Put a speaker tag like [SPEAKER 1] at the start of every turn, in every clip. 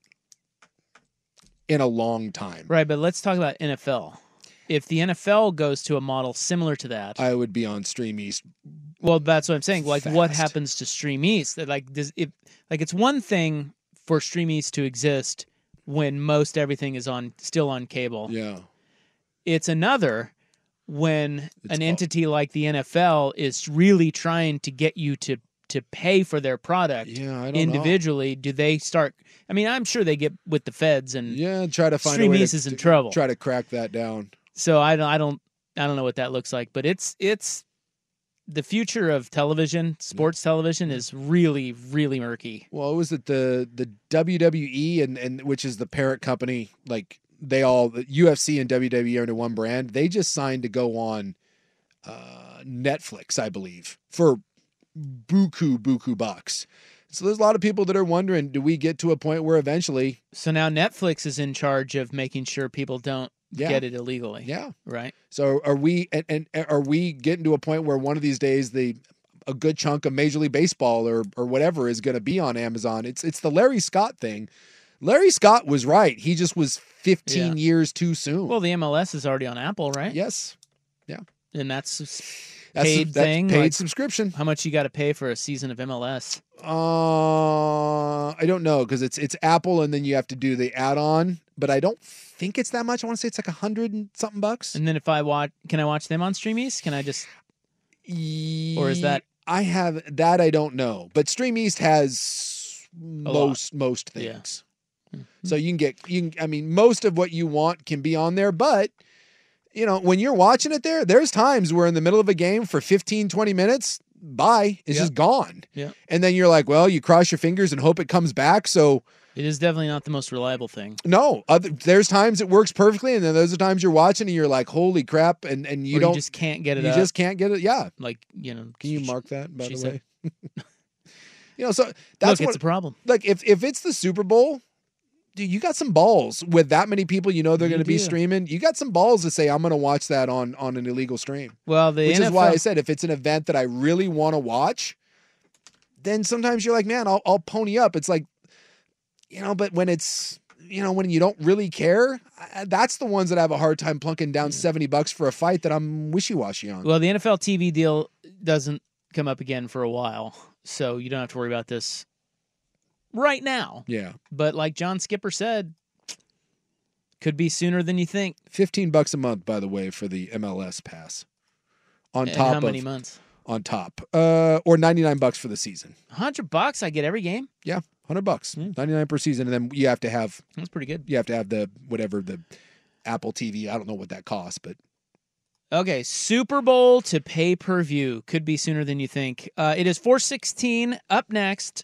[SPEAKER 1] in a long time.
[SPEAKER 2] Right, but let's talk about NFL. if the NFL goes to a model similar to that,
[SPEAKER 1] I would be on Stream East.
[SPEAKER 2] well, that's what I'm saying. Like, what
[SPEAKER 1] Fast.
[SPEAKER 2] happens to Stream East? That like does if like it's one thing for Stream East to exist when most everything is on still on cable.
[SPEAKER 1] Yeah.
[SPEAKER 2] It's another when an
[SPEAKER 1] all-
[SPEAKER 2] entity like the NFL is really trying to get you to to pay for their product
[SPEAKER 1] Yeah, I don't know.
[SPEAKER 2] individually. Do they start? I mean, I'm sure they get with the feds and
[SPEAKER 1] Yeah, try to find
[SPEAKER 2] Stream
[SPEAKER 1] a way
[SPEAKER 2] East
[SPEAKER 1] to,
[SPEAKER 2] is in
[SPEAKER 1] to
[SPEAKER 2] trouble.
[SPEAKER 1] Try to crack that down.
[SPEAKER 2] so I don't, I don't, I don't know what that looks like, but it's it's the future of television, sports television, is really really murky.
[SPEAKER 1] Well, it was that the the WWE and and which is the parent company, like they all the UFC and WWE are under one brand. They just signed to go on uh Netflix, I believe, for buku buku bucks. So there's a lot of people that are wondering, do we get to a point where eventually,
[SPEAKER 2] So now Netflix is in charge of making sure people don't
[SPEAKER 1] Yeah.
[SPEAKER 2] get it illegally.
[SPEAKER 1] yeah.
[SPEAKER 2] Right.
[SPEAKER 1] So are we and, and are we getting to a point where one of these days the a good chunk of Major League Baseball or or whatever is going to be on Amazon? It's it's the Larry Scott thing. Larry Scott was right. He just was 15 years too soon.
[SPEAKER 2] Well, the MLS is already on Apple, right?
[SPEAKER 1] yes.
[SPEAKER 2] And that's s-
[SPEAKER 1] That's
[SPEAKER 2] Paid
[SPEAKER 1] that's
[SPEAKER 2] thing,
[SPEAKER 1] paid
[SPEAKER 2] like-
[SPEAKER 1] subscription.
[SPEAKER 2] how much you got to pay for a season of MLS.
[SPEAKER 1] Uh I don't know cuz it's it's Apple and then you have to do the add-on, but I don't think it's that much. I want to say it's like a 100 and something bucks.
[SPEAKER 2] And then if I watch, can I watch them on Streamies? Can I just?
[SPEAKER 1] Or
[SPEAKER 2] is that-
[SPEAKER 1] I have that I don't know, but Stream East has most most
[SPEAKER 2] Yeah. Hmm.
[SPEAKER 1] things. So you can get you can, I mean most of what you want can be on there, but you know, when you're watching it there, there's times where in the middle of a game for 15 20 minutes, bye, it's
[SPEAKER 2] Yeah.
[SPEAKER 1] just gone.
[SPEAKER 2] Yeah.
[SPEAKER 1] And then you're like, well, you cross your fingers and hope it comes back. So
[SPEAKER 2] It is definitely not the most reliable thing.
[SPEAKER 1] no, other, there's times it works perfectly and then those are times you're watching and you're like, holy crap and and you
[SPEAKER 2] Or
[SPEAKER 1] don't
[SPEAKER 2] just can't get it.
[SPEAKER 1] you
[SPEAKER 2] up.
[SPEAKER 1] just can't get it. Yeah.
[SPEAKER 2] like you know.
[SPEAKER 1] Can you mark that by
[SPEAKER 2] she
[SPEAKER 1] the
[SPEAKER 2] said-
[SPEAKER 1] way? you know, so that's
[SPEAKER 2] Look,
[SPEAKER 1] what
[SPEAKER 2] it's a problem.
[SPEAKER 1] like if if it's the Super Bowl, dude, you got some balls with that many people you know they're
[SPEAKER 2] You
[SPEAKER 1] going to be
[SPEAKER 2] do.
[SPEAKER 1] streaming. You got some balls to say I'm going to watch that on on an illegal stream.
[SPEAKER 2] Well, the
[SPEAKER 1] Which
[SPEAKER 2] NFL,
[SPEAKER 1] is why I said if it's an event that I really want to watch, then sometimes you're like, man, I'll I'll pony up. It's like you know, but when it's you know when you don't really care, I- that's the ones that I have a hard time plunking down seventy bucks for a fight that I'm wishy washy on.
[SPEAKER 2] Well, the NFL TV deal doesn't come up again for a while, so you don't have to worry about this right now.
[SPEAKER 1] yeah,
[SPEAKER 2] But like John Skipper said, could be sooner than you think.
[SPEAKER 1] fifteen bucks a month, by the way, for the MLS pass. On
[SPEAKER 2] Eh,
[SPEAKER 1] top
[SPEAKER 2] how many
[SPEAKER 1] of
[SPEAKER 2] months?
[SPEAKER 1] on top, uh, or ninety nine bucks for the season.
[SPEAKER 2] Hundred bucks, I get every game.
[SPEAKER 1] Yeah, hundred bucks,
[SPEAKER 2] Hmm.
[SPEAKER 1] ninety nine per season, and then you have to have
[SPEAKER 2] That's pretty good.
[SPEAKER 1] you have to have the whatever the Apple TV. I don't know what that costs, but
[SPEAKER 2] Okay, Super Bowl to pay per view could be sooner than you think. Uh, it is four sixteen. Up next,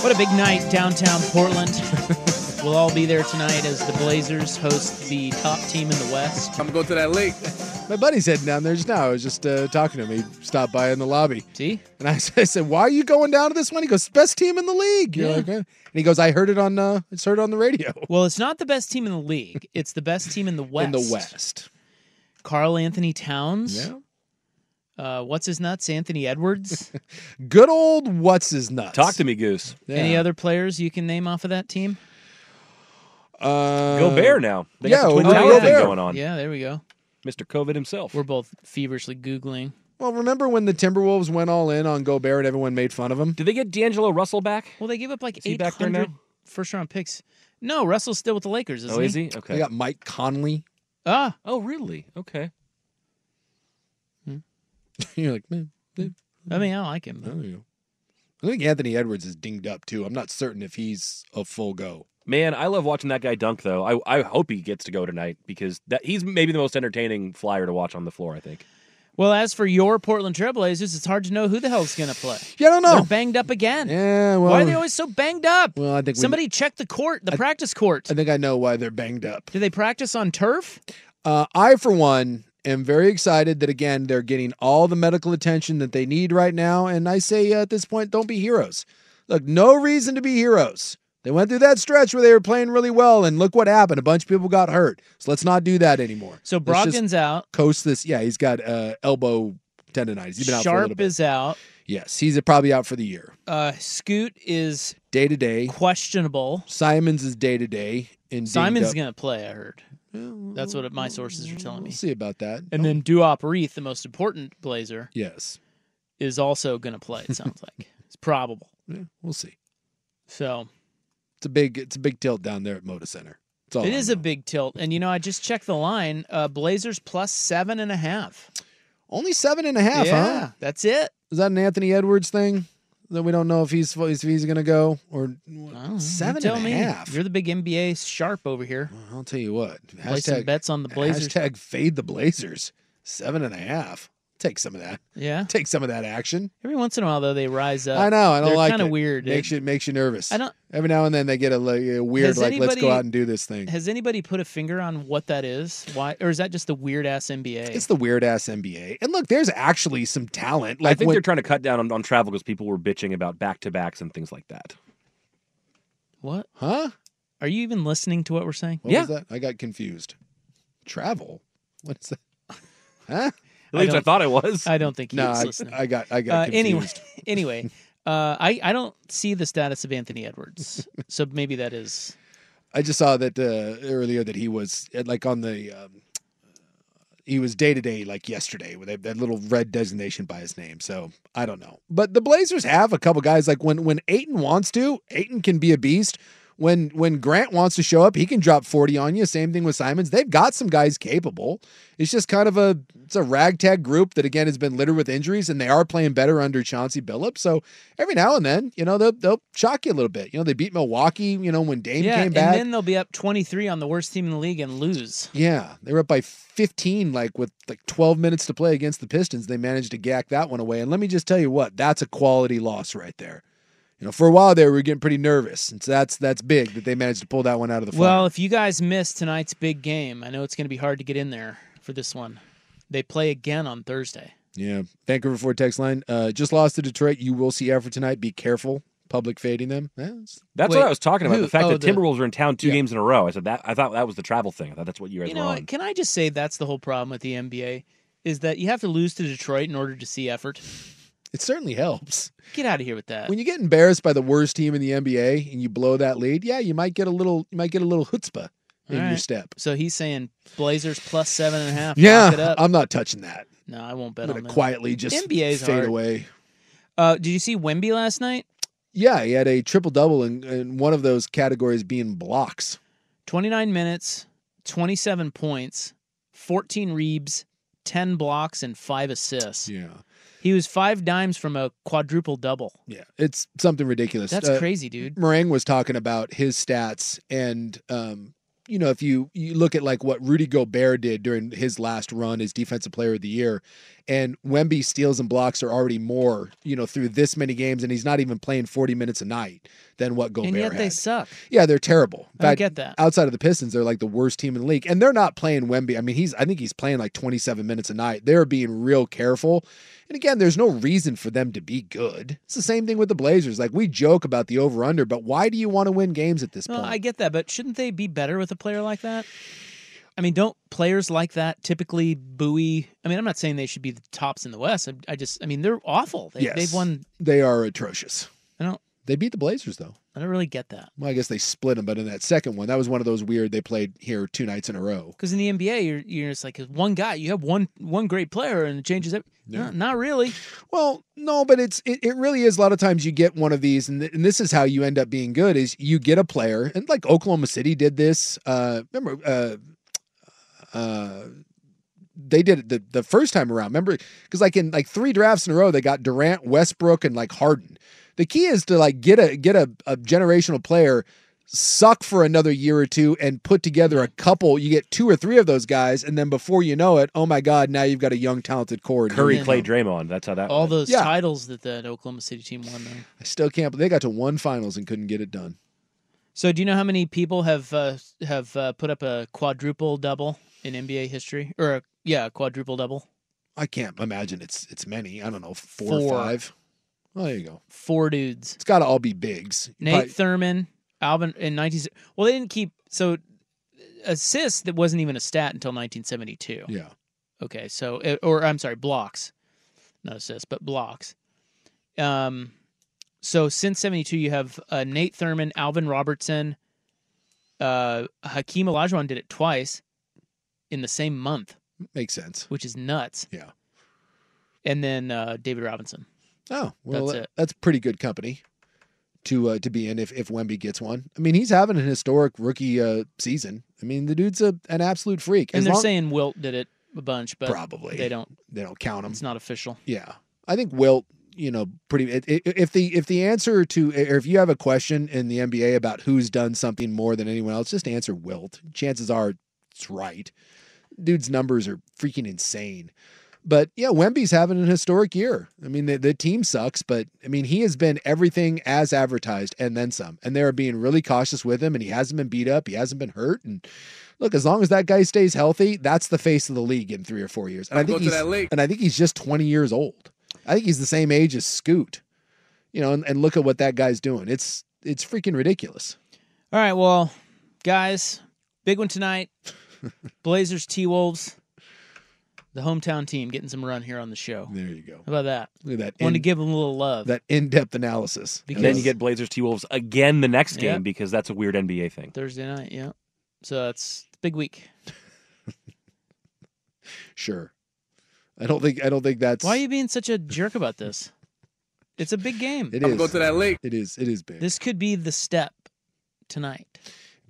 [SPEAKER 2] What a big night downtown Portland. we'll all be there tonight as the Blazers host the top team in the West.
[SPEAKER 3] I'm going to that lake.
[SPEAKER 1] my buddy's heading down there just now. I was just uh, talking to him. He stopped by in the lobby,
[SPEAKER 2] See?
[SPEAKER 1] and I said, I said, "Why are you going down to this one?" He goes, "Best team in the league." You're
[SPEAKER 2] Yeah.
[SPEAKER 1] like, "Eh." and he goes, "I heard it on uh, I just heard it on the radio
[SPEAKER 2] Well, it's not the best team in the league. It's the best team in the West.
[SPEAKER 1] in the West."
[SPEAKER 2] Carl Anthony Towns.
[SPEAKER 1] Yeah.
[SPEAKER 2] uh, what's his nuts, Anthony Edwards.
[SPEAKER 1] Good old what's his nuts.
[SPEAKER 4] Talk to me, Goose.
[SPEAKER 2] Any other players you can name off of that team?
[SPEAKER 1] Uh,
[SPEAKER 4] Gobert now. They got the Twin
[SPEAKER 1] well,
[SPEAKER 4] Tower
[SPEAKER 1] Gobert.
[SPEAKER 4] thing going on.
[SPEAKER 2] Yeah, there we go.
[SPEAKER 4] Mr. COVID himself.
[SPEAKER 2] We're both feverishly googling.
[SPEAKER 1] Well, remember when the Timberwolves went all in on Gobert and everyone made fun of him?
[SPEAKER 4] Did they get D'Angelo Russell back?
[SPEAKER 2] Well, they gave up like
[SPEAKER 4] he
[SPEAKER 2] eight
[SPEAKER 4] back there now?
[SPEAKER 2] hundred first round picks. No, Russell's still with the Lakers, isn't
[SPEAKER 4] Oh, is he? Okay.
[SPEAKER 1] They got Mike Conley.
[SPEAKER 2] Ah,
[SPEAKER 4] Oh, really? Okay.
[SPEAKER 1] You're like, man, they-
[SPEAKER 2] I mean, I like him.
[SPEAKER 1] I don't know. I think Anthony Edwards is dinged up too. I'm not certain if he's a full go.
[SPEAKER 4] Man, I love watching that guy dunk though. I, I hope he gets to go tonight because that he's maybe the most entertaining flyer to watch on the floor, I think.
[SPEAKER 2] Well, as for your Portland Trailblazers, it's hard to know who the hell's going to play.
[SPEAKER 1] Yeah, I don't
[SPEAKER 2] They're
[SPEAKER 1] know.
[SPEAKER 2] banged up again.
[SPEAKER 1] Yeah, well,
[SPEAKER 2] Why are they always so banged up?
[SPEAKER 1] well, I think we-
[SPEAKER 2] Somebody check the court, the practice court.
[SPEAKER 1] I think I know why they're banged up.
[SPEAKER 2] Do they practice on turf?
[SPEAKER 1] Uh, I, for one, am very excited that again they're getting all the medical attention that they need right now. And I say uh, at this point, don't be heroes. Look, no reason to be heroes. They went through that stretch where they were playing really well, and look what happened. A bunch of people got hurt. So let's not do that anymore.
[SPEAKER 2] So
[SPEAKER 1] Let's just
[SPEAKER 2] Brogdon's out.
[SPEAKER 1] coast this. Yeah, he's got uh, elbow tendonitis. He's been out for a little
[SPEAKER 2] Sharp
[SPEAKER 1] bit.
[SPEAKER 2] is out.
[SPEAKER 1] Yes, he's probably out for the year.
[SPEAKER 2] Uh, Scoot is
[SPEAKER 1] Day to day.
[SPEAKER 2] questionable.
[SPEAKER 1] Simons is day to day. and dinged
[SPEAKER 2] Simon's
[SPEAKER 1] up.
[SPEAKER 2] going to play, I heard. That's what my sources are telling
[SPEAKER 1] We'll
[SPEAKER 2] me.
[SPEAKER 1] see about that.
[SPEAKER 2] And then Duop Reith, the most important Blazer,
[SPEAKER 1] Yes,
[SPEAKER 2] is also going to play, it sounds like. It's probable.
[SPEAKER 1] yeah, we'll see.
[SPEAKER 2] So
[SPEAKER 1] It's a big. It's a big tilt down there at Moda Center. It's all
[SPEAKER 2] it
[SPEAKER 1] I
[SPEAKER 2] is a
[SPEAKER 1] know.
[SPEAKER 2] big tilt. And, you know, I just checked the line. Uh, Blazers plus seven and a half.
[SPEAKER 1] Only seven and a half,
[SPEAKER 2] yeah,
[SPEAKER 1] huh?
[SPEAKER 2] that's it.
[SPEAKER 1] Is that an Anthony Edwards thing? That we don't know if he's if he's gonna go or
[SPEAKER 2] I don't know. Oh, You
[SPEAKER 1] seven
[SPEAKER 2] tell
[SPEAKER 1] and a
[SPEAKER 2] me.
[SPEAKER 1] half.
[SPEAKER 2] You're the big NBA sharp over here.
[SPEAKER 1] I'll tell you what.
[SPEAKER 2] Play some
[SPEAKER 1] Hashtag-
[SPEAKER 2] bets on the Blazers.
[SPEAKER 1] Hashtag fade the Blazers. Seven and a half. Take some of that.
[SPEAKER 2] Yeah.
[SPEAKER 1] Take some of that action.
[SPEAKER 2] Every once in a while, though, they rise up.
[SPEAKER 1] I know. I don't
[SPEAKER 2] Uh, They're
[SPEAKER 1] like
[SPEAKER 2] kind of
[SPEAKER 1] it.
[SPEAKER 2] weird.
[SPEAKER 1] Makes you makes you nervous.
[SPEAKER 2] I don't-
[SPEAKER 1] Every now and then they get a, like, a weird
[SPEAKER 2] Has
[SPEAKER 1] like let's go
[SPEAKER 2] anybody-
[SPEAKER 1] out and do this thing.
[SPEAKER 2] Has anybody put a finger on what that is? Why, or is that just the weird ass NBA?
[SPEAKER 1] It's the weird ass NBA. And look, there's actually some talent.
[SPEAKER 4] I
[SPEAKER 1] Like
[SPEAKER 4] think
[SPEAKER 1] when,
[SPEAKER 4] they're trying to cut down on, on travel because people were bitching about back to backs and things like that.
[SPEAKER 2] what?
[SPEAKER 1] huh?
[SPEAKER 2] Are you even listening to what we're saying?
[SPEAKER 1] What
[SPEAKER 4] Yeah.
[SPEAKER 1] was that? I got confused. Travel. What is that? Huh?
[SPEAKER 4] At least I,
[SPEAKER 2] don't-
[SPEAKER 4] thought it was.
[SPEAKER 2] I don't think he
[SPEAKER 1] No,
[SPEAKER 2] was
[SPEAKER 1] I,
[SPEAKER 2] listening.
[SPEAKER 1] I got I
[SPEAKER 2] uh,
[SPEAKER 1] got confused.
[SPEAKER 2] anyway, anyway, uh, I I don't see the status of Anthony Edwards, so maybe that is
[SPEAKER 1] I just saw that uh, earlier that he was uh, like on the um, he was day to day like yesterday with that- that little red designation by his name. So I don't know, but the Blazers have a couple guys like when when Aiton wants to, Aiton can be a beast. When when Grant wants to show up, he can drop forty on you. Same thing with Simons. They've got some guys capable. It's just kind of a it's a ragtag group that again has been littered with injuries, and they are playing better under Chauncey Billups. So every now and then, you know they'll they'll shock you a little bit. You know they beat Milwaukee. You know when Dame
[SPEAKER 2] yeah.
[SPEAKER 1] came
[SPEAKER 2] And
[SPEAKER 1] back.
[SPEAKER 2] then they'll be up twenty three on the worst team in the league and lose.
[SPEAKER 1] Yeah, they were up by 15, like with like 12 minutes to play against the Pistons. They managed to gack that one away. And let me just tell you what, that's a quality loss right there. You know, for a while there, we were getting pretty nervous, and so that's that's big that they managed to pull that one out of the fire.
[SPEAKER 2] Well, if you guys miss tonight's big game, I know it's going to be hard to get in there for this one. They play again on Thursday.
[SPEAKER 1] yeah, Vancouver Ford text line uh, just lost to Detroit. You will see effort tonight. Be careful, public fading them. Eh, it's-
[SPEAKER 4] That's
[SPEAKER 2] Wait,
[SPEAKER 4] what I was talking about.
[SPEAKER 2] who-
[SPEAKER 4] The fact
[SPEAKER 2] oh,
[SPEAKER 4] that
[SPEAKER 2] the-
[SPEAKER 4] Timberwolves are in town two
[SPEAKER 1] Yeah.
[SPEAKER 4] games in a row. I said that. I thought that was the travel thing. I thought that's what you guys
[SPEAKER 2] You
[SPEAKER 4] were
[SPEAKER 2] know,
[SPEAKER 4] on.
[SPEAKER 2] what? can I just say that's the whole problem with the NBA is that you have to lose to Detroit in order to see effort.
[SPEAKER 1] It certainly helps
[SPEAKER 2] Get out of here with that.
[SPEAKER 1] when you get embarrassed by the worst team in the NBA and you blow that lead. Yeah, you might get a little you might get a little chutzpah in
[SPEAKER 2] All
[SPEAKER 1] your
[SPEAKER 2] right.
[SPEAKER 1] step.
[SPEAKER 2] So he's saying Blazers plus seven and a half. Lock it
[SPEAKER 1] Yeah,
[SPEAKER 2] up.
[SPEAKER 1] I'm not touching that.
[SPEAKER 2] no, I won't bet
[SPEAKER 1] I'm
[SPEAKER 2] on
[SPEAKER 1] gonna
[SPEAKER 2] that.
[SPEAKER 1] quietly just
[SPEAKER 2] NBA's
[SPEAKER 1] fade
[SPEAKER 2] hard.
[SPEAKER 1] away.
[SPEAKER 2] Uh, did you see Wemby last night?
[SPEAKER 1] Yeah, he had a triple double in, in one of those categories being blocks.
[SPEAKER 2] 29 minutes, 27 points, 14 reebs, 10 blocks, and five assists.
[SPEAKER 1] Yeah,
[SPEAKER 2] He was five dimes from a quadruple double.
[SPEAKER 1] yeah, it's something ridiculous.
[SPEAKER 2] That's
[SPEAKER 1] Uh,
[SPEAKER 2] crazy, dude.
[SPEAKER 1] Meringue was talking about his stats, and um, you know, if you you look at like what Rudy Gobert did during his last run as Defensive Player of the Year, and Wemby steals and blocks are already more, you know, through this many games, and he's not even playing 40 minutes a night than what Gobert
[SPEAKER 2] And yet they
[SPEAKER 1] had.
[SPEAKER 2] suck.
[SPEAKER 1] Yeah, they're terrible. In
[SPEAKER 2] I don't
[SPEAKER 1] fact,
[SPEAKER 2] get that.
[SPEAKER 1] Outside of the Pistons, they're like the worst team in the league, and they're not playing Wemby. I mean, he's I think he's playing like 27 minutes a night. They're being real careful, and again, there's no reason for them to be good. It's the same thing with the Blazers. Like we joke about the over under, but why do you want to win games at this
[SPEAKER 2] Well,
[SPEAKER 1] point?
[SPEAKER 2] I get that, but shouldn't they be better with a player like that? I mean, don't players like that typically buoy? I mean, I'm not saying they should be the tops in the West. I, I just, I mean, they're awful. They,
[SPEAKER 1] Yes.
[SPEAKER 2] They've won.
[SPEAKER 1] They are atrocious.
[SPEAKER 2] I don't.
[SPEAKER 1] They beat the Blazers though.
[SPEAKER 2] I don't really get that
[SPEAKER 1] Well, I guess they split them, but in that second one, that was one of those weird. They played here two nights in a row.
[SPEAKER 2] because in the NBA, you're you're just like one guy. You have one one great player, and it changes every. No, not really.
[SPEAKER 1] Well, no, but it's it, it really is. A lot of times you get one of these, and, th- and this is how you end up being good: is you get a player, and like Oklahoma City did this. Uh, remember, uh, uh, they did it the, the first time around. Remember, because like in like three drafts in a row, they got Durant, Westbrook, and like Harden. The key is to like get a get a, a generational player, suck for another year or two, and put together a couple. You get two or three of those guys, and then before you know it, oh my God, now you've got a young talented core. and here
[SPEAKER 4] Curry,
[SPEAKER 1] we
[SPEAKER 4] Clay,
[SPEAKER 1] go.
[SPEAKER 4] Draymond. That's how that.
[SPEAKER 2] All
[SPEAKER 4] went.
[SPEAKER 2] those
[SPEAKER 1] Yeah.
[SPEAKER 2] titles that that Oklahoma City team won. Though.
[SPEAKER 1] I still can't. They got to one finals and couldn't get it done.
[SPEAKER 2] So, do you know how many people have uh, have uh, put up a quadruple double in NBA history, or a, yeah, a quadruple double?
[SPEAKER 1] I can't imagine it's it's many. I don't know four,
[SPEAKER 2] Four.
[SPEAKER 1] or five. Well, there you go.
[SPEAKER 2] Four dudes.
[SPEAKER 1] It's got to all be bigs.
[SPEAKER 2] Nate Thurman, Alvin in 19. Well, they didn't keep so uh, assists that wasn't even a stat until 1972.
[SPEAKER 1] Probably- yeah.
[SPEAKER 2] Okay, so eh, or I'm sorry, blocks, not assists, but blocks. Um, so since '72, you have uh, Nate Thurman, Alvin Robertson, uh, Hakeem Olajuwon did it twice in the same month,
[SPEAKER 1] Makes sense.
[SPEAKER 2] which is nuts.
[SPEAKER 1] Yeah.
[SPEAKER 2] And then uh, David Robinson.
[SPEAKER 1] Oh, well,
[SPEAKER 2] That's
[SPEAKER 1] that-
[SPEAKER 2] it.
[SPEAKER 1] that's pretty good company to uh, to be in if if Wemby gets one. I mean, he's having an historic rookie uh, season. I mean, the dude's a, an absolute freak.
[SPEAKER 2] And
[SPEAKER 1] As
[SPEAKER 2] they're
[SPEAKER 1] long-
[SPEAKER 2] saying Wilt did it a bunch, but
[SPEAKER 1] Probably. Um,
[SPEAKER 2] they don't.
[SPEAKER 1] they don't count him.
[SPEAKER 2] It's not official.
[SPEAKER 1] Yeah, I think Wilt. You know, pretty. i- i- If the if the answer to or if you have a question in the NBA about who's done something more than anyone else, just answer Wilt. Chances are it's right. Dude's numbers are freaking insane. But yeah, Wemby's having an historic year. I mean, the, the team sucks, but I mean, he has been everything as advertised and then some. And they're being really cautious with him, and he hasn't been beat up, he hasn't been hurt. And look, as long as that guy stays healthy, that's the face of the league in three or four years. And I
[SPEAKER 5] I'll go
[SPEAKER 1] think
[SPEAKER 5] to
[SPEAKER 1] he's,
[SPEAKER 5] that league.
[SPEAKER 1] and I think he's just 20 years old. I think he's the same age as Scoot. You know, and, and look at what that guy's doing. It's it's freaking ridiculous.
[SPEAKER 2] All right, well, guys, big one tonight. Blazers, T Wolves, the hometown team getting some run here on the show.
[SPEAKER 1] There you go.
[SPEAKER 2] How about that?
[SPEAKER 1] Look at that.
[SPEAKER 2] Wanted to
[SPEAKER 1] in-
[SPEAKER 2] give them a little love.
[SPEAKER 1] that in-depth analysis.
[SPEAKER 4] And then you get Blazers T Wolves again the next game
[SPEAKER 2] Yep.
[SPEAKER 4] because that's a weird NBA thing.
[SPEAKER 2] Thursday night, yeah. So that's it's a big week.
[SPEAKER 1] sure. I don't think I don't think that's
[SPEAKER 2] Why are you being such a jerk about this? It's a big game.
[SPEAKER 1] It is. It is. It is big.
[SPEAKER 2] This could be the step tonight.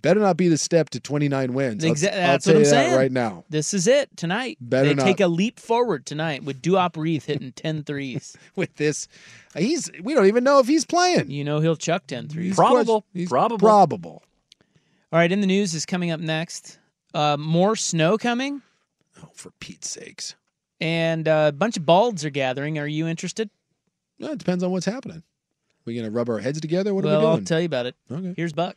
[SPEAKER 1] Better not be the step to 29 wins. I'll-
[SPEAKER 2] Exa-
[SPEAKER 1] I'll
[SPEAKER 2] that's
[SPEAKER 1] tell
[SPEAKER 2] what I'm
[SPEAKER 1] you that
[SPEAKER 2] saying.
[SPEAKER 1] right now.
[SPEAKER 2] This is it tonight.
[SPEAKER 1] Better
[SPEAKER 2] they
[SPEAKER 1] not.
[SPEAKER 2] take a leap forward tonight with Duop Reith hitting 10 threes.
[SPEAKER 1] With this, he's we don't even know if he's playing.
[SPEAKER 2] You know he'll chuck 10 threes.
[SPEAKER 1] He's Probable. question- he's Probable. probable.
[SPEAKER 2] All right, in the news is coming up next. Uh, more snow coming,
[SPEAKER 1] Oh, for Pete's sakes.
[SPEAKER 2] and uh, a bunch of balds are gathering. Are you interested?
[SPEAKER 1] No, it depends on what's happening. we gonna rub our heads together? What
[SPEAKER 2] well,
[SPEAKER 1] are we
[SPEAKER 2] I'll
[SPEAKER 1] doing?
[SPEAKER 2] tell you about it.
[SPEAKER 1] Okay.
[SPEAKER 2] Here's Buck.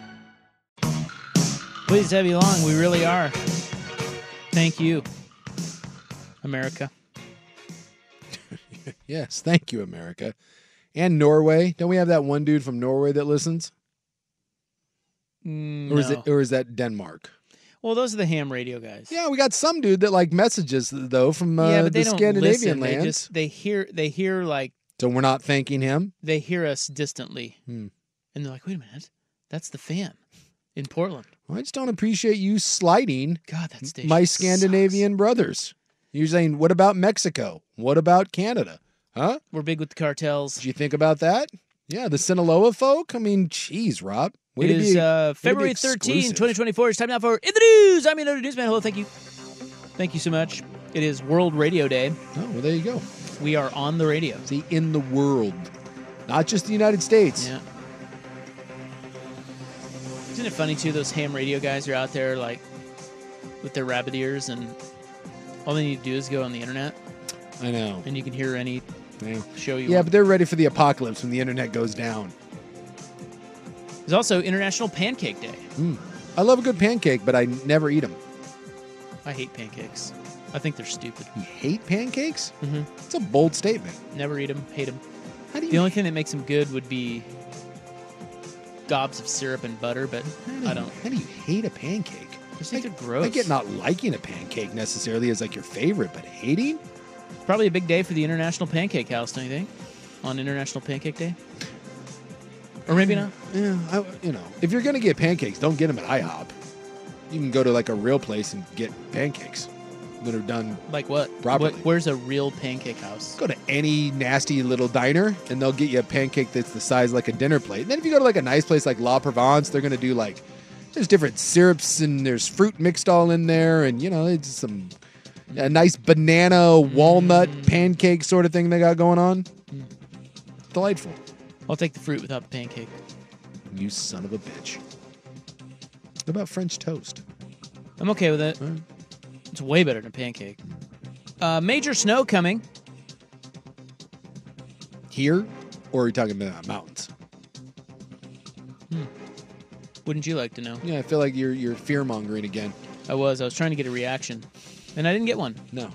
[SPEAKER 2] Please have you along. We really are. Thank you, America.
[SPEAKER 1] Yes, thank you, America. And Norway. Don't we have that one dude from Norway that listens?
[SPEAKER 2] Mm,
[SPEAKER 1] Or is it
[SPEAKER 2] no.
[SPEAKER 1] or is that Denmark?
[SPEAKER 2] Well, those are the ham radio guys.
[SPEAKER 1] Yeah, we got some dude that like messages though from uh,
[SPEAKER 2] yeah, but they
[SPEAKER 1] the
[SPEAKER 2] don't listen.
[SPEAKER 1] Scandinavian lands.
[SPEAKER 2] They just they hear they hear like
[SPEAKER 1] so we're not thanking him.
[SPEAKER 2] they hear us distantly,
[SPEAKER 1] Hmm.
[SPEAKER 2] and they're like, "Wait a minute, that's the fan. in Portland.
[SPEAKER 1] I just don't appreciate you slighting
[SPEAKER 2] God, that station
[SPEAKER 1] my Scandinavian brothers. You're saying, what about Mexico? What about Canada? Huh?
[SPEAKER 2] We're big with the cartels. Did
[SPEAKER 1] you think about that? Yeah, the Sinaloa folk? I mean, geez, Rob. Way
[SPEAKER 2] it
[SPEAKER 1] to
[SPEAKER 2] is
[SPEAKER 1] be,
[SPEAKER 2] uh,
[SPEAKER 1] way to be
[SPEAKER 2] February 13,
[SPEAKER 1] exclusive.
[SPEAKER 2] 2024. It's time now for In the News. I'm your noted newsman. Hello, thank you. Thank you so much. It is World Radio Day.
[SPEAKER 1] Oh, well, there you go.
[SPEAKER 2] We are on the radio.
[SPEAKER 1] See, in the world, not just the United States.
[SPEAKER 2] Yeah. Isn't it funny, too? Those ham radio guys are out there, like, with their rabbit ears, and all they need to do is go on the internet,
[SPEAKER 1] I know.
[SPEAKER 2] and you can hear any
[SPEAKER 1] Yeah.
[SPEAKER 2] show you
[SPEAKER 1] Yeah,
[SPEAKER 2] want.
[SPEAKER 1] but they're ready for the apocalypse when the internet goes down.
[SPEAKER 2] There's also International Pancake Day.
[SPEAKER 1] Mm. I love a good pancake, but I never eat them.
[SPEAKER 2] I hate pancakes. I think they're stupid.
[SPEAKER 1] You hate pancakes?
[SPEAKER 2] Mm-hmm.
[SPEAKER 1] It's a bold statement.
[SPEAKER 2] Never eat them. Hate them.
[SPEAKER 1] How do you
[SPEAKER 2] The only thing that makes them good would be gobs of syrup and butter, but I don't.
[SPEAKER 1] How do you hate a pancake?
[SPEAKER 2] I think they're
[SPEAKER 1] I
[SPEAKER 2] gross.
[SPEAKER 1] get not liking a pancake necessarily as like your favorite, but hating?
[SPEAKER 2] It's probably a big day for the International Pancake House, don't you think? On International Pancake Day, or maybe
[SPEAKER 1] Hmm.
[SPEAKER 2] not.
[SPEAKER 1] Yeah, I, you know, if you're gonna get pancakes, don't get them at IHOP. You can go to like a real place and get pancakes that are done.
[SPEAKER 2] Like what?
[SPEAKER 1] Properly.
[SPEAKER 2] What- where's a real pancake house?
[SPEAKER 1] Go to any nasty little diner and they'll get you a pancake that's the size like a dinner plate. And then if you go to like a nice place like La Provence, they're gonna do like there's different syrups and there's fruit mixed all in there, and you know it's some a nice banana walnut
[SPEAKER 2] Mm.
[SPEAKER 1] pancake sort of thing they got going on. Delightful.
[SPEAKER 2] I'll take the fruit without the pancake.
[SPEAKER 1] You son of a bitch. What about French toast?
[SPEAKER 2] I'm okay with it. It's way better than a pancake. Uh, major snow coming.
[SPEAKER 1] Here, or are you talking about mountains?
[SPEAKER 2] Wouldn't you like to know?
[SPEAKER 1] Yeah, I feel like you're you're fear mongering again.
[SPEAKER 2] I was. I was trying to get a reaction, and I didn't get one.
[SPEAKER 1] No,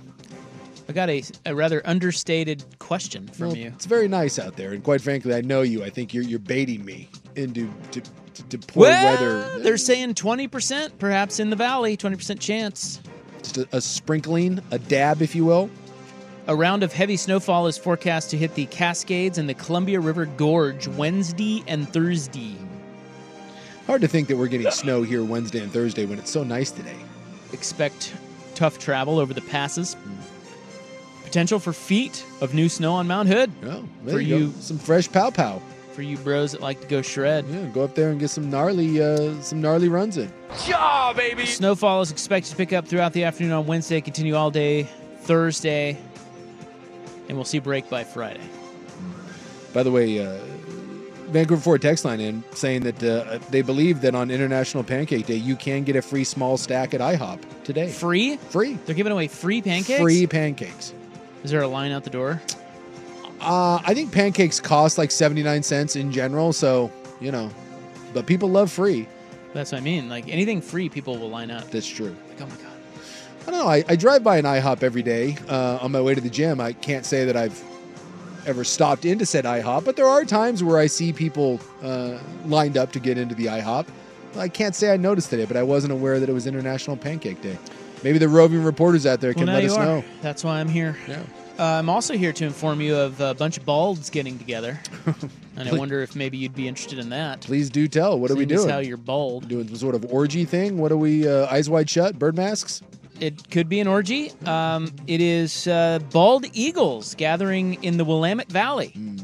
[SPEAKER 2] I got a, a rather understated question from
[SPEAKER 1] Well,
[SPEAKER 2] you.
[SPEAKER 1] It's very nice out there, and quite frankly, I know you. I think you're you're baiting me into to, to, to poor
[SPEAKER 2] well,
[SPEAKER 1] weather.
[SPEAKER 2] they're saying 20%, perhaps in the valley, 20% chance.
[SPEAKER 1] Just a, a sprinkling, a dab, if you will.
[SPEAKER 2] A round of heavy snowfall is forecast to hit the Cascades and the Columbia River Gorge Wednesday and Thursday.
[SPEAKER 1] Hard to think that we're getting snow here Wednesday and Thursday when it's so nice today.
[SPEAKER 2] Expect tough travel over the passes. Potential for feet of new snow on Mount Hood.
[SPEAKER 1] Oh, There
[SPEAKER 2] for
[SPEAKER 1] you,
[SPEAKER 2] you,
[SPEAKER 1] go. some fresh pow pow.
[SPEAKER 2] for you bros that like to go shred.
[SPEAKER 1] Yeah, go up there and get some gnarly uh, some gnarly runs in.
[SPEAKER 2] Yeah, baby. Snowfall is expected to pick up throughout the afternoon on Wednesday, continue all day Thursday, and we'll see break by Friday.
[SPEAKER 1] By the way, uh, Vancouver Ford text line in saying that uh, they believe that on International Pancake Day you can get a free small stack at IHOP today.
[SPEAKER 2] Free?
[SPEAKER 1] Free.
[SPEAKER 2] They're giving away free pancakes?
[SPEAKER 1] Free pancakes.
[SPEAKER 2] Is there a line out the door?
[SPEAKER 1] Uh, I think pancakes cost like seventy nine cents in general, so you know, but people love free.
[SPEAKER 2] That's what I mean. Like anything free, people will line up.
[SPEAKER 1] That's true.
[SPEAKER 2] Like, oh my God.
[SPEAKER 1] I don't know. I, I drive by an IHOP every day uh, on my way to the gym. I can't say that I've ever stopped into said IHOP, but there are times where I see people uh, lined up to get into the IHOP. I can't say I noticed today, but I wasn't aware that it was International Pancake Day. Maybe the roving reporters out there can
[SPEAKER 2] Well, now
[SPEAKER 1] let
[SPEAKER 2] you
[SPEAKER 1] us
[SPEAKER 2] are.
[SPEAKER 1] know.
[SPEAKER 2] That's why I'm here.
[SPEAKER 1] Yeah.
[SPEAKER 2] Uh, I'm also here to inform you of a bunch of balds getting together, and I
[SPEAKER 1] Please-
[SPEAKER 2] wonder if maybe you'd be interested in that.
[SPEAKER 1] Please do tell. What are we
[SPEAKER 2] Seeing as
[SPEAKER 1] doing?
[SPEAKER 2] How you're bald?
[SPEAKER 1] doing some sort of orgy thing? What are we? Uh, eyes wide shut? Bird masks?
[SPEAKER 2] It could be an orgy. Um, it is uh, bald eagles gathering in the Willamette Valley.
[SPEAKER 1] Hmm.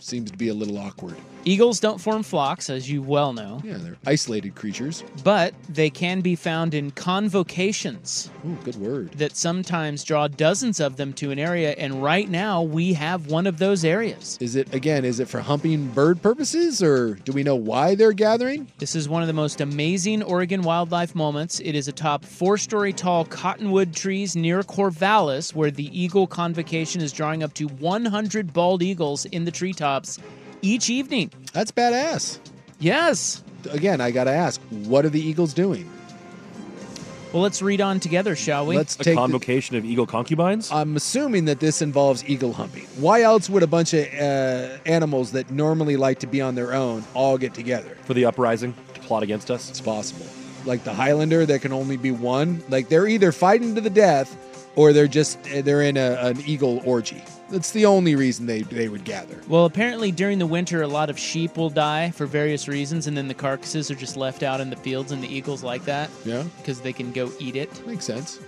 [SPEAKER 1] Seems to be a little awkward.
[SPEAKER 2] Eagles don't form flocks, as you well know,
[SPEAKER 1] Yeah, they're isolated creatures.
[SPEAKER 2] but they can be found in convocations
[SPEAKER 1] Ooh, good word.
[SPEAKER 2] that sometimes draw dozens of them to an area. And right now, we have one of those areas.
[SPEAKER 1] Is it again? Is it for humping bird purposes, or do we know why they're gathering?
[SPEAKER 2] This is one of the most amazing Oregon wildlife moments. It is atop four story tall cottonwood trees near Corvallis, where the eagle convocation is drawing up to 100 bald eagles in the treetops each evening.
[SPEAKER 1] That's badass.
[SPEAKER 2] Yes.
[SPEAKER 1] Again, I gotta ask, what are the Eagles doing?
[SPEAKER 2] Well, let's read on together, shall we?
[SPEAKER 1] Let's
[SPEAKER 4] A
[SPEAKER 1] take. the-
[SPEAKER 4] convocation of eagle concubines?
[SPEAKER 1] I'm assuming that this involves eagle humping. Why else would a bunch of uh, animals that normally like to be on their own all get together?
[SPEAKER 4] for the uprising to plot against us.
[SPEAKER 1] It's possible. Like the Highlander, there can only be one. Like they're either fighting to the death, or they're just eh, they're in a, an eagle orgy. That's the only reason they they would gather.
[SPEAKER 2] Well, apparently during the winter, a lot of sheep will die for various reasons, and then the carcasses are just left out in the fields, and the eagles like that.
[SPEAKER 1] Yeah.
[SPEAKER 2] Because they can go eat it.
[SPEAKER 1] Makes sense.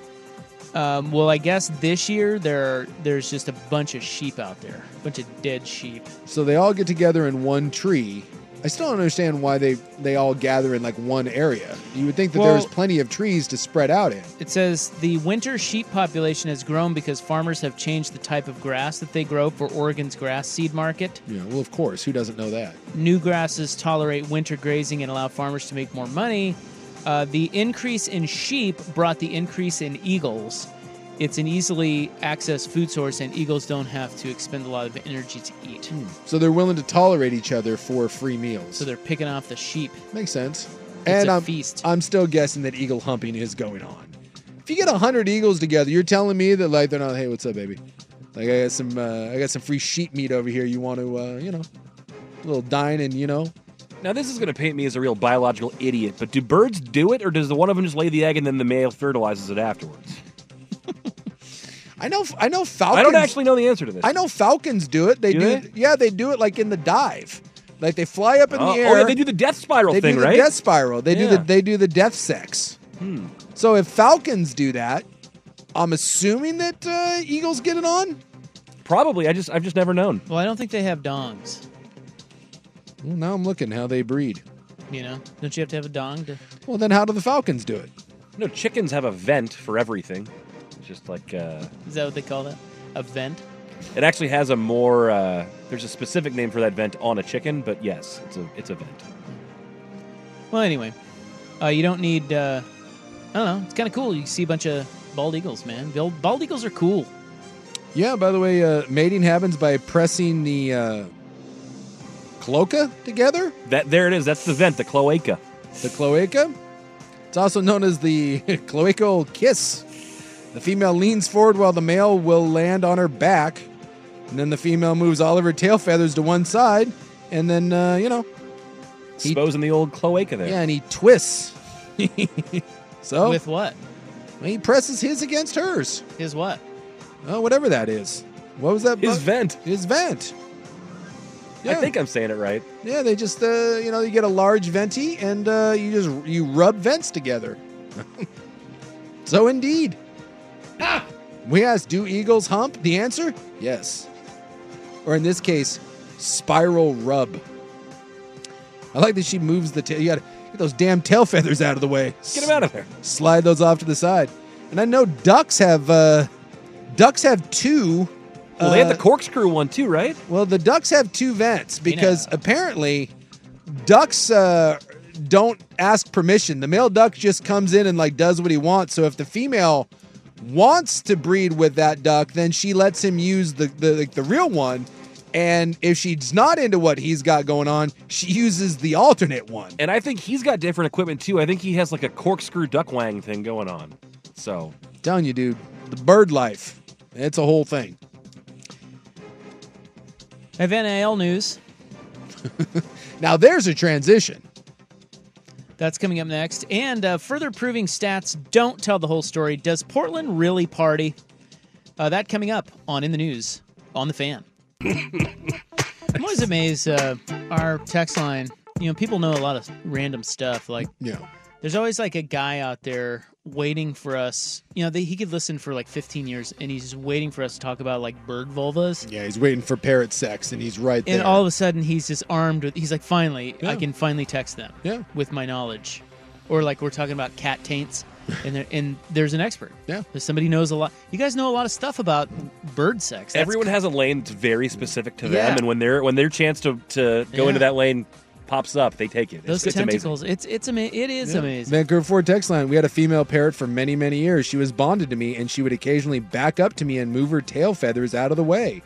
[SPEAKER 2] Um, well, I guess this year there are, there's just a bunch of sheep out there, a bunch of dead sheep.
[SPEAKER 1] So they all get together in one tree. I still don't understand why they they all gather in like one area. You would think that
[SPEAKER 2] Well-
[SPEAKER 1] there's plenty of trees to spread out in.
[SPEAKER 2] It says the winter sheep population has grown because farmers have changed the type of grass that they grow for Oregon's grass seed market.
[SPEAKER 1] Yeah, well, of course, who doesn't know that?
[SPEAKER 2] New grasses tolerate winter grazing and allow farmers to make more money. Uh, the increase in sheep brought the increase in eagles. It's an easily accessed food source, and eagles don't have to expend a lot of energy to eat.
[SPEAKER 1] So they're willing to tolerate each other for free meals.
[SPEAKER 2] So they're picking off the sheep.
[SPEAKER 1] Makes sense.
[SPEAKER 2] It's
[SPEAKER 1] and
[SPEAKER 2] a
[SPEAKER 1] I'm,
[SPEAKER 2] feast.
[SPEAKER 1] I'm still guessing that eagle humping is going on. If you get hundred eagles together, you're telling me that like they're not. Hey, what's up, baby? Like I got some, uh, I got some free sheep meat over here. You want to, uh, you know, a little dine and you know,
[SPEAKER 4] Now this is going to paint me as a real biological idiot, but do birds do it, or does the one of them just lay the egg and then the male fertilizes it afterwards?
[SPEAKER 1] I know, I know falcons.
[SPEAKER 4] I don't actually know the answer to this.
[SPEAKER 1] I know falcons do it. They
[SPEAKER 4] Do
[SPEAKER 1] do,
[SPEAKER 4] they?
[SPEAKER 1] yeah, they do it like in the dive, like they fly up in
[SPEAKER 4] Oh,
[SPEAKER 1] the
[SPEAKER 4] oh,
[SPEAKER 1] air.
[SPEAKER 4] yeah, they do the death spiral
[SPEAKER 1] They
[SPEAKER 4] thing,
[SPEAKER 1] do the
[SPEAKER 4] right?
[SPEAKER 1] death spiral. They do
[SPEAKER 4] Yeah.
[SPEAKER 1] the they do the death sex.
[SPEAKER 4] Hmm.
[SPEAKER 1] So if falcons do that, I'm assuming that uh, eagles get it on.
[SPEAKER 4] Probably. I just I've just never known.
[SPEAKER 2] Well, I don't think they have dongs.
[SPEAKER 1] Well, now I'm looking how they breed.
[SPEAKER 2] You know, don't you have to have a dong to?
[SPEAKER 1] Well, then how do the falcons do it?
[SPEAKER 4] No, chickens have a vent for everything. It's just like uh,
[SPEAKER 2] Is that what they call that? A vent?
[SPEAKER 4] it actually has a more. Uh, there's a specific name for that vent on a chicken, but yes, it's a it's a vent.
[SPEAKER 2] Well, anyway, uh, you don't need. Uh, I don't know. It's kind of cool. You see a bunch of bald eagles, man. Bald, bald eagles are cool.
[SPEAKER 1] Yeah. By the way, uh, mating happens by pressing the uh, cloaca together.
[SPEAKER 4] That there it is. That's the vent, the cloaca.
[SPEAKER 1] The cloaca. It's also known as the cloacal kiss. The female leans forward while the male will land on her back, and then the female moves all of her tail feathers to one side, and then uh, you know,
[SPEAKER 4] Exposing the old cloaca there.
[SPEAKER 1] yeah, and he twists.
[SPEAKER 4] Oh.
[SPEAKER 1] so
[SPEAKER 2] With what?
[SPEAKER 1] he presses his against hers.
[SPEAKER 2] His what?
[SPEAKER 1] Oh, whatever that is. What was that?
[SPEAKER 4] His
[SPEAKER 1] bu-
[SPEAKER 4] vent.
[SPEAKER 1] His vent.
[SPEAKER 4] I
[SPEAKER 1] Yeah.
[SPEAKER 4] think I'm saying it right.
[SPEAKER 1] Yeah, they just uh, you know you get a large venti and uh, you just you rub vents together. so indeed,
[SPEAKER 4] Ah!
[SPEAKER 1] we asked, do eagles hump? The answer, yes, or in this case, spiral rub. I like that she moves the tail. You got to get those damn tail feathers out of the way.
[SPEAKER 4] Get him out of there.
[SPEAKER 1] Slide those off to the side. And I know ducks have uh, ducks have two.
[SPEAKER 4] Well, Oh, they had
[SPEAKER 1] uh,
[SPEAKER 4] the corkscrew one too, right?
[SPEAKER 1] well, the ducks have two vents because apparently ducks uh, don't ask permission. The male duck just comes in and like does what he wants. So if the female wants to breed with that duck, then she lets him use the the, like, the real one. And if she's not into what he's got going on, she uses the alternate one.
[SPEAKER 4] And I think he's got different equipment too. I think he has like a corkscrew duck wang thing going on. So
[SPEAKER 1] telling you, dude, the bird life, it's a whole thing.
[SPEAKER 2] Have NIL news.
[SPEAKER 1] Now there's a transition.
[SPEAKER 2] That's coming up next. And uh, further proving stats don't tell the whole story. Does Portland really party? Uh, that coming up on In the News on the Fan. I'm always amazed uh, our text line. You know, people know a lot of random stuff. Like,
[SPEAKER 1] yeah.
[SPEAKER 2] there's always like a guy out there waiting for us. You know, that he could listen for like 15 years, and he's just waiting for us to talk about like bird vulvas.
[SPEAKER 1] Yeah, he's waiting for parrot sex, and he's right there.
[SPEAKER 2] And all of a sudden, he's just armed with. He's like, finally,
[SPEAKER 1] Yeah.
[SPEAKER 2] I can finally text them.
[SPEAKER 1] Yeah.
[SPEAKER 2] With my knowledge, or like we're talking about cat taints, and there, and there's an expert.
[SPEAKER 1] Yeah.
[SPEAKER 2] Somebody knows a lot. You guys know a lot of stuff about bird sex. That's
[SPEAKER 4] everyone has a lane that's very specific to them,
[SPEAKER 2] Yeah.
[SPEAKER 4] and when their when their chance to to go
[SPEAKER 2] Yeah.
[SPEAKER 4] into that lane pops up, they take it. It's-
[SPEAKER 2] those
[SPEAKER 4] it's, amazing.
[SPEAKER 2] tentacles. It's it's ama- it is
[SPEAKER 1] Yeah.
[SPEAKER 2] amazing.
[SPEAKER 1] Vancouver Ford text line. We had a female parrot for many, many years. She was bonded to me, and she would occasionally back up to me and move her tail feathers out of the way.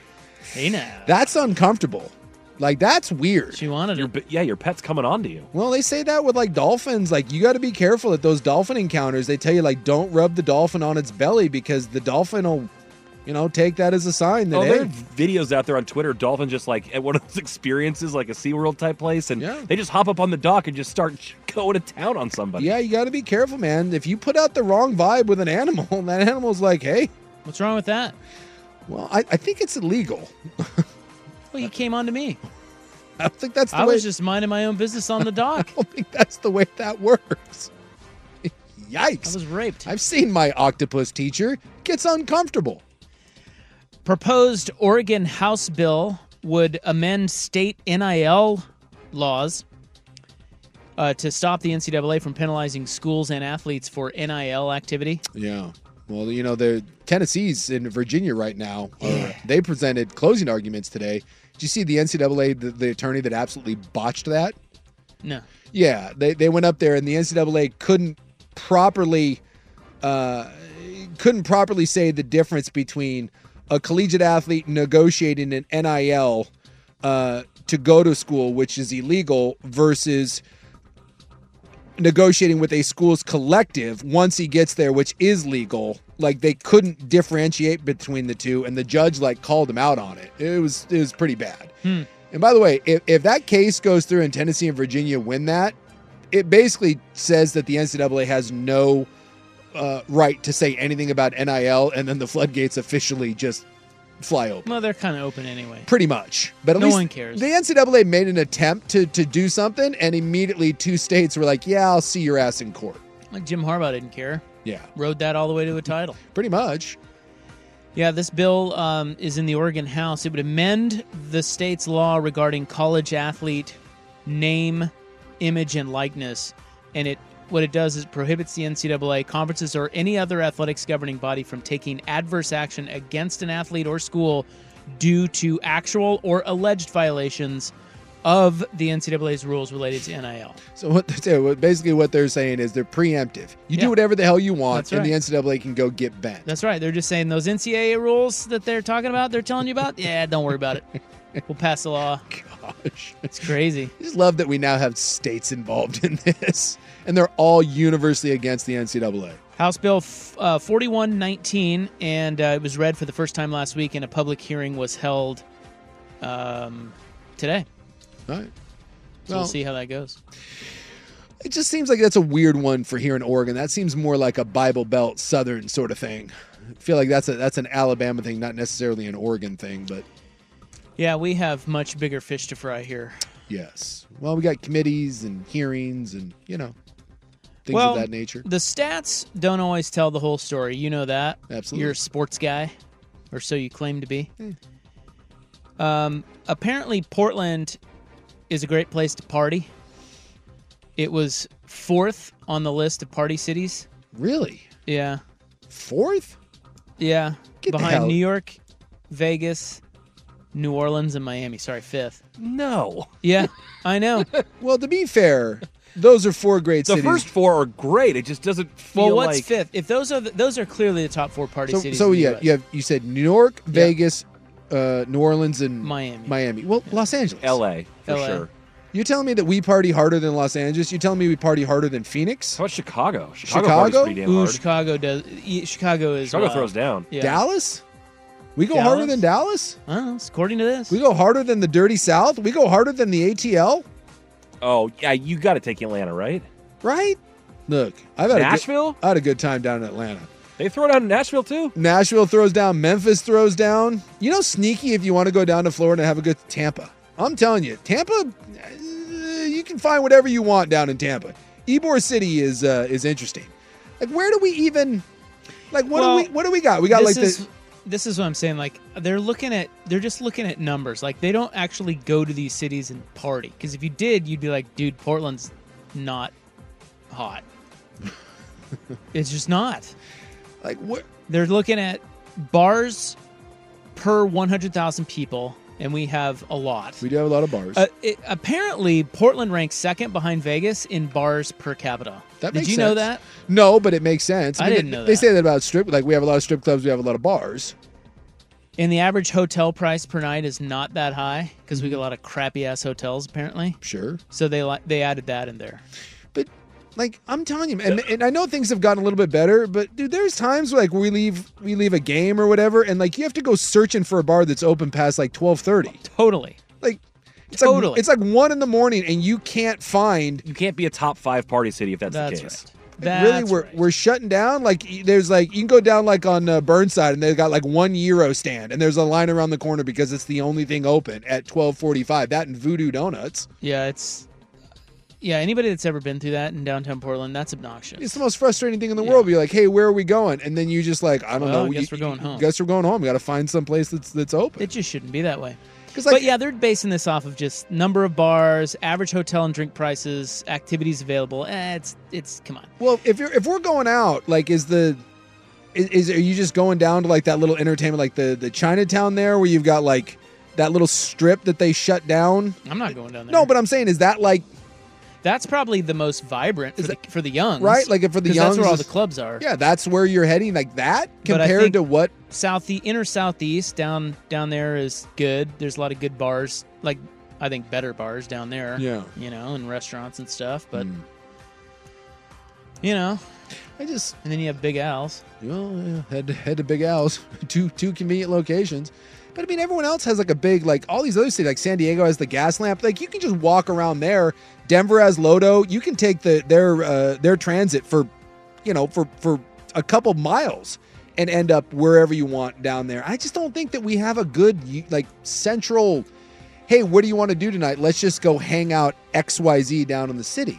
[SPEAKER 2] Hey now,
[SPEAKER 1] That's uncomfortable. Like that's weird.
[SPEAKER 2] She wanted
[SPEAKER 4] your, b- yeah, your pet's coming on to you.
[SPEAKER 1] Well, they say that with like dolphins. Like you got to be careful at those dolphin encounters. They tell you like don't rub the dolphin on its belly because the dolphin will, you know, take that as a sign that
[SPEAKER 4] Oh, there are
[SPEAKER 1] hey,
[SPEAKER 4] videos out there on Twitter. Dolphins just like at one of those experiences, like a SeaWorld type place, and they just hop up on the dock and just start going to town on somebody.
[SPEAKER 1] yeah, you got to be careful, man. If you put out the wrong vibe with an animal, that animal's like, hey,
[SPEAKER 2] What's wrong with that?
[SPEAKER 1] Well, I, I think it's illegal.
[SPEAKER 2] Well, you came on to me.
[SPEAKER 1] I don't think that's the
[SPEAKER 2] I
[SPEAKER 1] way
[SPEAKER 2] was just minding my own business on the dock.
[SPEAKER 1] that's the way that works. Yikes. I was
[SPEAKER 2] raped.
[SPEAKER 1] I've seen my octopus teacher. Gets uncomfortable.
[SPEAKER 2] Proposed Oregon House bill would amend state NIL laws uh, to stop the NCAA from penalizing schools and athletes for NIL activity.
[SPEAKER 1] Yeah. Well, you know, the Tennessee's in Virginia right now. Or They presented closing arguments today. Did you see the NCAA, the, the attorney that absolutely botched that?
[SPEAKER 2] No.
[SPEAKER 1] Yeah, they, they went up there and the NCAA couldn't properly uh, couldn't properly say the difference between a collegiate athlete negotiating an NIL uh, to go to school, which is illegal, versus negotiating with a school's collective once he gets there, which is legal. Like they couldn't differentiate between the two, and the judge like called him out on it. It was it was pretty bad.
[SPEAKER 2] Hmm.
[SPEAKER 1] And by the way, if, if that case goes through and Tennessee and Virginia win that, it basically says that the NCAA has no uh, right to say anything about NIL, and then the floodgates officially just fly open.
[SPEAKER 2] Well, they're kind of open anyway.
[SPEAKER 1] Pretty much, but at
[SPEAKER 2] No
[SPEAKER 1] least
[SPEAKER 2] one cares.
[SPEAKER 1] The NCAA made an attempt to to do something, and immediately two states were like, "Yeah, I'll see your ass in court."
[SPEAKER 2] Like Jim Harbaugh didn't care.
[SPEAKER 1] Yeah.
[SPEAKER 2] Rode that all the way to a title.
[SPEAKER 1] Pretty much.
[SPEAKER 2] Yeah, this bill um, is in the Oregon House. It would amend the state's law regarding college athlete name, image, and likeness. And it what it does is prohibits the NCAA conferences or any other athletics governing body from taking adverse action against an athlete or school due to actual or alleged violations of the NCAA's rules related to NIL.
[SPEAKER 1] So what they're saying- what- basically what they're saying is they're preemptive. You
[SPEAKER 2] Yeah.
[SPEAKER 1] do whatever the hell you want,
[SPEAKER 2] That's
[SPEAKER 1] and the
[SPEAKER 2] right.
[SPEAKER 1] NCAA can go get bent.
[SPEAKER 2] That's right. They're just saying those NCAA rules that they're talking about, they're telling you about. Yeah, don't worry about it. We'll pass the law.
[SPEAKER 1] Gosh,
[SPEAKER 2] it's crazy.
[SPEAKER 1] I just love that we now have states involved in this, and they're all universally against the NCAA.
[SPEAKER 2] House Bill f- uh, 4119, and uh, it was read for the first time last week, and a public hearing was held um, today.
[SPEAKER 1] All right.
[SPEAKER 2] So
[SPEAKER 1] Well-
[SPEAKER 2] we'll see how that goes.
[SPEAKER 1] It just seems like that's a weird one for here in Oregon. That seems more like a Bible Belt Southern sort of thing. I feel like that's a that's an Alabama thing, not necessarily an Oregon thing, but
[SPEAKER 2] Yeah, we have much bigger fish to fry here.
[SPEAKER 1] yes. Well, we got committees and hearings and you know things
[SPEAKER 2] Well,
[SPEAKER 1] of that nature.
[SPEAKER 2] The stats don't always tell the whole story. You know that.
[SPEAKER 1] Absolutely.
[SPEAKER 2] You're a sports guy, or so you claim to be. Um, apparently, Portland is a great place to party. It was fourth on the list of party cities.
[SPEAKER 1] Really?
[SPEAKER 2] Yeah.
[SPEAKER 1] Fourth?
[SPEAKER 2] Yeah.
[SPEAKER 1] Get the
[SPEAKER 2] Behind
[SPEAKER 1] hell-
[SPEAKER 2] New York, Vegas, New Orleans, and Miami. Sorry, fifth.
[SPEAKER 4] No.
[SPEAKER 2] Yeah, I know.
[SPEAKER 1] well, to be fair, those are four great
[SPEAKER 4] The
[SPEAKER 1] cities.
[SPEAKER 4] first four are great. It just doesn't feel
[SPEAKER 2] Well, what's
[SPEAKER 4] like
[SPEAKER 2] fifth? If those are the, those are clearly the top four party
[SPEAKER 1] so,
[SPEAKER 2] cities. in
[SPEAKER 1] so
[SPEAKER 2] the
[SPEAKER 1] yeah,
[SPEAKER 2] US.
[SPEAKER 1] you have you said New York, Vegas, uh, New Orleans, and
[SPEAKER 2] Miami.
[SPEAKER 1] Miami. Well, Los Angeles,
[SPEAKER 4] L.A. for
[SPEAKER 2] LA.
[SPEAKER 4] sure.
[SPEAKER 1] You telling me that we party harder than Los Angeles? You telling me we party harder than Phoenix?
[SPEAKER 4] How about Chicago? Chicago, party's
[SPEAKER 1] Chicago,
[SPEAKER 4] pretty damn
[SPEAKER 2] Ooh,
[SPEAKER 4] hard.
[SPEAKER 2] Chicago does. e- Chicago is.
[SPEAKER 4] Chicago
[SPEAKER 2] wild.
[SPEAKER 4] throws down.
[SPEAKER 2] Yeah.
[SPEAKER 1] Dallas? We go
[SPEAKER 2] Dallas?
[SPEAKER 1] harder than Dallas?
[SPEAKER 2] I don't know, it's according to this.
[SPEAKER 1] We go harder than the Dirty South? We go harder than the ATL?
[SPEAKER 4] Oh yeah, you got to take Atlanta, right?
[SPEAKER 1] Right? Look, I've had A
[SPEAKER 4] Nashville?
[SPEAKER 1] good, I had a good time down in Atlanta.
[SPEAKER 4] They throw down Nashville too.
[SPEAKER 1] Nashville throws down, Memphis throws down. You know, sneaky if you want to go down to Florida and have a good Tampa. I'm telling you, Tampa, uh, you can find whatever you want down in Tampa. Ybor City is uh, is interesting. Like, where do we even? Like, what
[SPEAKER 2] Well,
[SPEAKER 1] do we what do we got? We got
[SPEAKER 2] this
[SPEAKER 1] like
[SPEAKER 2] is,
[SPEAKER 1] the
[SPEAKER 2] This is what I'm saying. Like they're looking at, they're just looking at numbers. Like they don't actually go to these cities and party. Because if you did, you'd be like, dude, Portland's not hot. it's just not.
[SPEAKER 1] like what?
[SPEAKER 2] They're looking at bars per 100,000 people, and we have a lot.
[SPEAKER 1] We do have a lot of bars.
[SPEAKER 2] Uh, it, apparently, Portland ranks second behind Vegas in bars per capita.
[SPEAKER 1] That
[SPEAKER 2] Did
[SPEAKER 1] makes
[SPEAKER 2] you know
[SPEAKER 1] sense.
[SPEAKER 2] that?
[SPEAKER 1] No, but it makes sense.
[SPEAKER 2] I
[SPEAKER 1] they-
[SPEAKER 2] didn't know
[SPEAKER 1] They
[SPEAKER 2] that.
[SPEAKER 1] say that about strip. Like we have a lot of strip clubs. We have a lot of bars.
[SPEAKER 2] And the average hotel price per night is not that high because we get a lot of crappy ass hotels apparently.
[SPEAKER 1] Sure.
[SPEAKER 2] So they li- they added that in there.
[SPEAKER 1] Like I'm telling you, and, and I know things have gotten a little bit better, but dude, there's times where, like we leave we leave a game or whatever, and like you have to go searching for a bar that's open past like twelve thirty.
[SPEAKER 2] Totally.
[SPEAKER 1] Like it's
[SPEAKER 2] Totally.
[SPEAKER 1] like it's like one in the morning, and you can't find.
[SPEAKER 4] You can't be a top five party city if that's,
[SPEAKER 2] That's
[SPEAKER 4] the case.
[SPEAKER 1] really, we're we're shutting down. Like y- there's like you can go down like on uh, Burnside and they've got like one euro stand and there's a line around the corner because it's the only thing open at twelve forty five. That and Voodoo Donuts.
[SPEAKER 2] Yeah, it's yeah. Anybody that's ever been through that in downtown Portland, that's obnoxious.
[SPEAKER 1] It's the most frustrating thing in the world. Be like, hey, where are we going? And then you just like, I don't
[SPEAKER 2] Well,
[SPEAKER 1] know.
[SPEAKER 2] I guess
[SPEAKER 1] you-
[SPEAKER 2] we're going home.
[SPEAKER 1] Guess we're going home. We got to find some place that's that's open.
[SPEAKER 2] It just shouldn't be that way.
[SPEAKER 1] 'Cause,
[SPEAKER 2] but yeah, they're basing this off of just number of bars, average hotel and drink prices, activities available. Eh, it's it's come on.
[SPEAKER 1] Well, if you're if we're going out, like, is the is, is are you just going down to like that little entertainment, like the the Chinatown there, where you've got like that little strip that they shut down?
[SPEAKER 2] I'm not going down there.
[SPEAKER 1] No, but I'm saying, is that like
[SPEAKER 2] That's probably the most vibrant for, the, for the youngs,
[SPEAKER 1] right? Like, if for the
[SPEAKER 2] 'cause
[SPEAKER 1] youngs,
[SPEAKER 2] that's where all
[SPEAKER 1] is-
[SPEAKER 2] the clubs are.
[SPEAKER 1] Yeah, that's where you're heading. Like that
[SPEAKER 2] But I
[SPEAKER 1] compared
[SPEAKER 2] think
[SPEAKER 1] to what?
[SPEAKER 2] south the inner southeast down down there is good. There's a lot of good bars, like I think better bars down there.
[SPEAKER 1] Yeah. Mm.
[SPEAKER 2] you know, and restaurants and stuff. But you know,
[SPEAKER 1] I just
[SPEAKER 2] and then you have Big Al's.
[SPEAKER 1] Well, yeah, head to, head to Big Al's, two two convenient locations. But I mean, everyone else has like a big like all these other cities. Like San Diego has the gas lamp. Like you can just walk around there. Denver has Lodo. You can take the their uh, their transit for, you know, for for a couple miles and end up wherever you want down there. I just don't think that we have a good y- like central. Hey, what do you want to do tonight? Let's just go hang out X Y Z down in the city.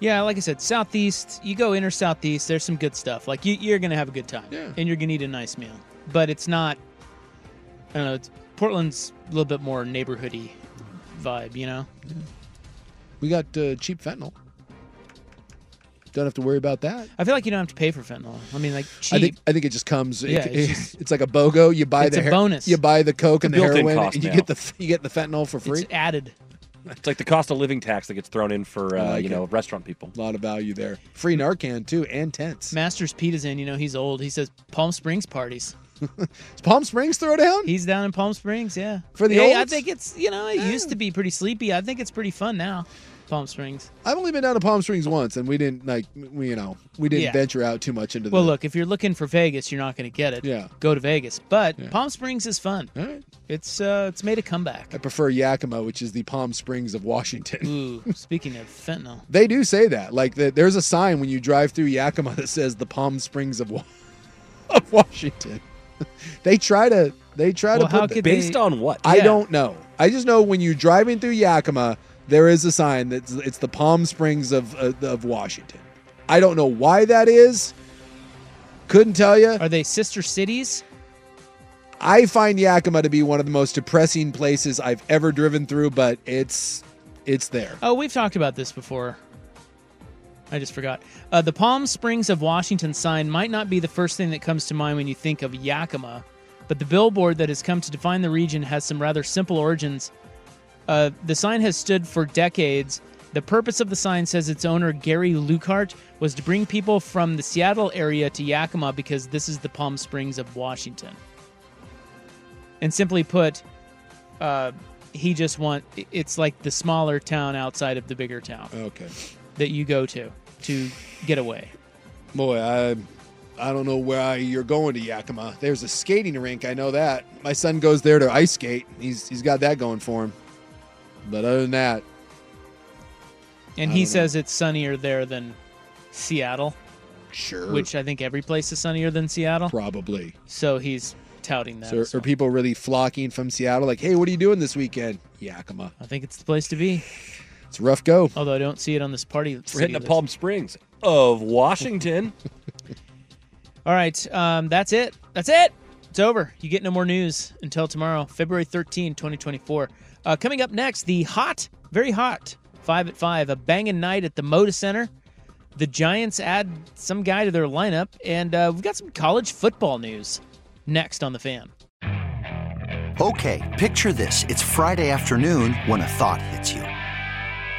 [SPEAKER 2] Yeah, like I said, southeast. You go inner southeast. There's some good stuff. Like you, you're gonna have a good time, yeah. and you're gonna eat a nice meal. But it's not. I don't know. It's, Portland's a little bit more neighborhoody vibe. You know.
[SPEAKER 1] We got uh, cheap fentanyl. Don't have to worry about that.
[SPEAKER 2] I feel like you don't have to pay for fentanyl. I mean, like cheap.
[SPEAKER 1] I think I think it just comes. it-
[SPEAKER 2] Yeah,
[SPEAKER 1] it-
[SPEAKER 2] it's
[SPEAKER 1] it's, like a bogo. You buy
[SPEAKER 2] It's
[SPEAKER 1] the
[SPEAKER 2] a
[SPEAKER 1] hair-
[SPEAKER 2] bonus.
[SPEAKER 1] You buy the
[SPEAKER 4] It's
[SPEAKER 1] coke
[SPEAKER 4] a
[SPEAKER 1] and the
[SPEAKER 4] built-in
[SPEAKER 1] heroin,
[SPEAKER 4] cost
[SPEAKER 1] and you
[SPEAKER 4] now.
[SPEAKER 1] get the you get the fentanyl for free.
[SPEAKER 2] It's added.
[SPEAKER 4] It's like the cost of living tax that gets thrown in for
[SPEAKER 1] I
[SPEAKER 4] uh,
[SPEAKER 1] like
[SPEAKER 4] you
[SPEAKER 1] it.
[SPEAKER 4] know restaurant people.
[SPEAKER 1] A lot of value there. Free Narcan too, and tents.
[SPEAKER 2] Masters Pete is in. You know, he's old. He says Palm Springs parties.
[SPEAKER 1] Is Palm Springs throwdown?
[SPEAKER 2] He's down in Palm Springs. Yeah.
[SPEAKER 1] For the
[SPEAKER 2] hey, I
[SPEAKER 1] olds?
[SPEAKER 2] think it's you know it used to be pretty sleepy. I think it's pretty fun now. Palm Springs.
[SPEAKER 1] I've only been down to Palm Springs once, and we didn't like we you know we didn't
[SPEAKER 2] Yeah.
[SPEAKER 1] venture out too much into.
[SPEAKER 2] Well,
[SPEAKER 1] the,
[SPEAKER 2] look, if you're looking for Vegas, you're not going to get it.
[SPEAKER 1] Yeah.
[SPEAKER 2] Go to Vegas, but Palm Springs is fun. It's uh, it's made a comeback.
[SPEAKER 1] I prefer Yakima, which is the Palm Springs of Washington.
[SPEAKER 2] Ooh, speaking of fentanyl,
[SPEAKER 1] They do say that. Like that, there's a sign when you drive through Yakima that says the Palm Springs of, Wa- of Washington. they try to. They try
[SPEAKER 4] Well,
[SPEAKER 1] to.
[SPEAKER 4] how
[SPEAKER 1] put the-
[SPEAKER 4] could Based they- on what?
[SPEAKER 1] I
[SPEAKER 4] Yeah.
[SPEAKER 1] don't know. I just know when you're driving through Yakima, there is a sign that it's the Palm Springs of uh, of Washington. I don't know why that is. Couldn't tell you.
[SPEAKER 2] are they sister cities?
[SPEAKER 1] I find Yakima to be one of the most depressing places I've ever driven through, but it's it's there.
[SPEAKER 2] Oh, we've talked about this before. I just forgot. Uh, the Palm Springs of Washington sign might not be the first thing that comes to mind when you think of Yakima, but the billboard that has come to define the region has some rather simple origins. Uh, the sign has stood for decades. The purpose of the sign says its owner, Gary Lucart, was to bring people from the Seattle area to Yakima because this is the Palm Springs of Washington. And simply put, uh, he just want it's like the smaller town outside of the bigger town.
[SPEAKER 1] Okay.
[SPEAKER 2] That you go to to get away.
[SPEAKER 1] Boy, I I don't know where I, you're going to Yakima. There's a skating rink, I know that. My son goes there to ice skate. He's he's got that going for him. But other than that,
[SPEAKER 2] And
[SPEAKER 1] I
[SPEAKER 2] he
[SPEAKER 1] don't know.
[SPEAKER 2] says it's sunnier there than Seattle.
[SPEAKER 1] Sure.
[SPEAKER 2] Which I think every place is sunnier than Seattle.
[SPEAKER 1] Probably.
[SPEAKER 2] So he's touting that.
[SPEAKER 1] so are,
[SPEAKER 2] as well.
[SPEAKER 1] people really flocking from Seattle? Like, hey, what are you doing this weekend? Yakima.
[SPEAKER 2] I think it's the place to be.
[SPEAKER 1] It's a rough go.
[SPEAKER 2] Although I don't see it on this party.
[SPEAKER 4] We're hitting a Palm Springs of Washington.
[SPEAKER 2] All right, um, that's it. That's it. It's over. You get no more news until tomorrow, February 13, 2024. Uh, coming up next, the hot, very hot, 5 at 5, a banging night at the Moda Center. The Giants add some guy to their lineup, and uh, we've got some college football news next on The Fan.
[SPEAKER 6] Okay, picture this. It's Friday afternoon when a thought hits you.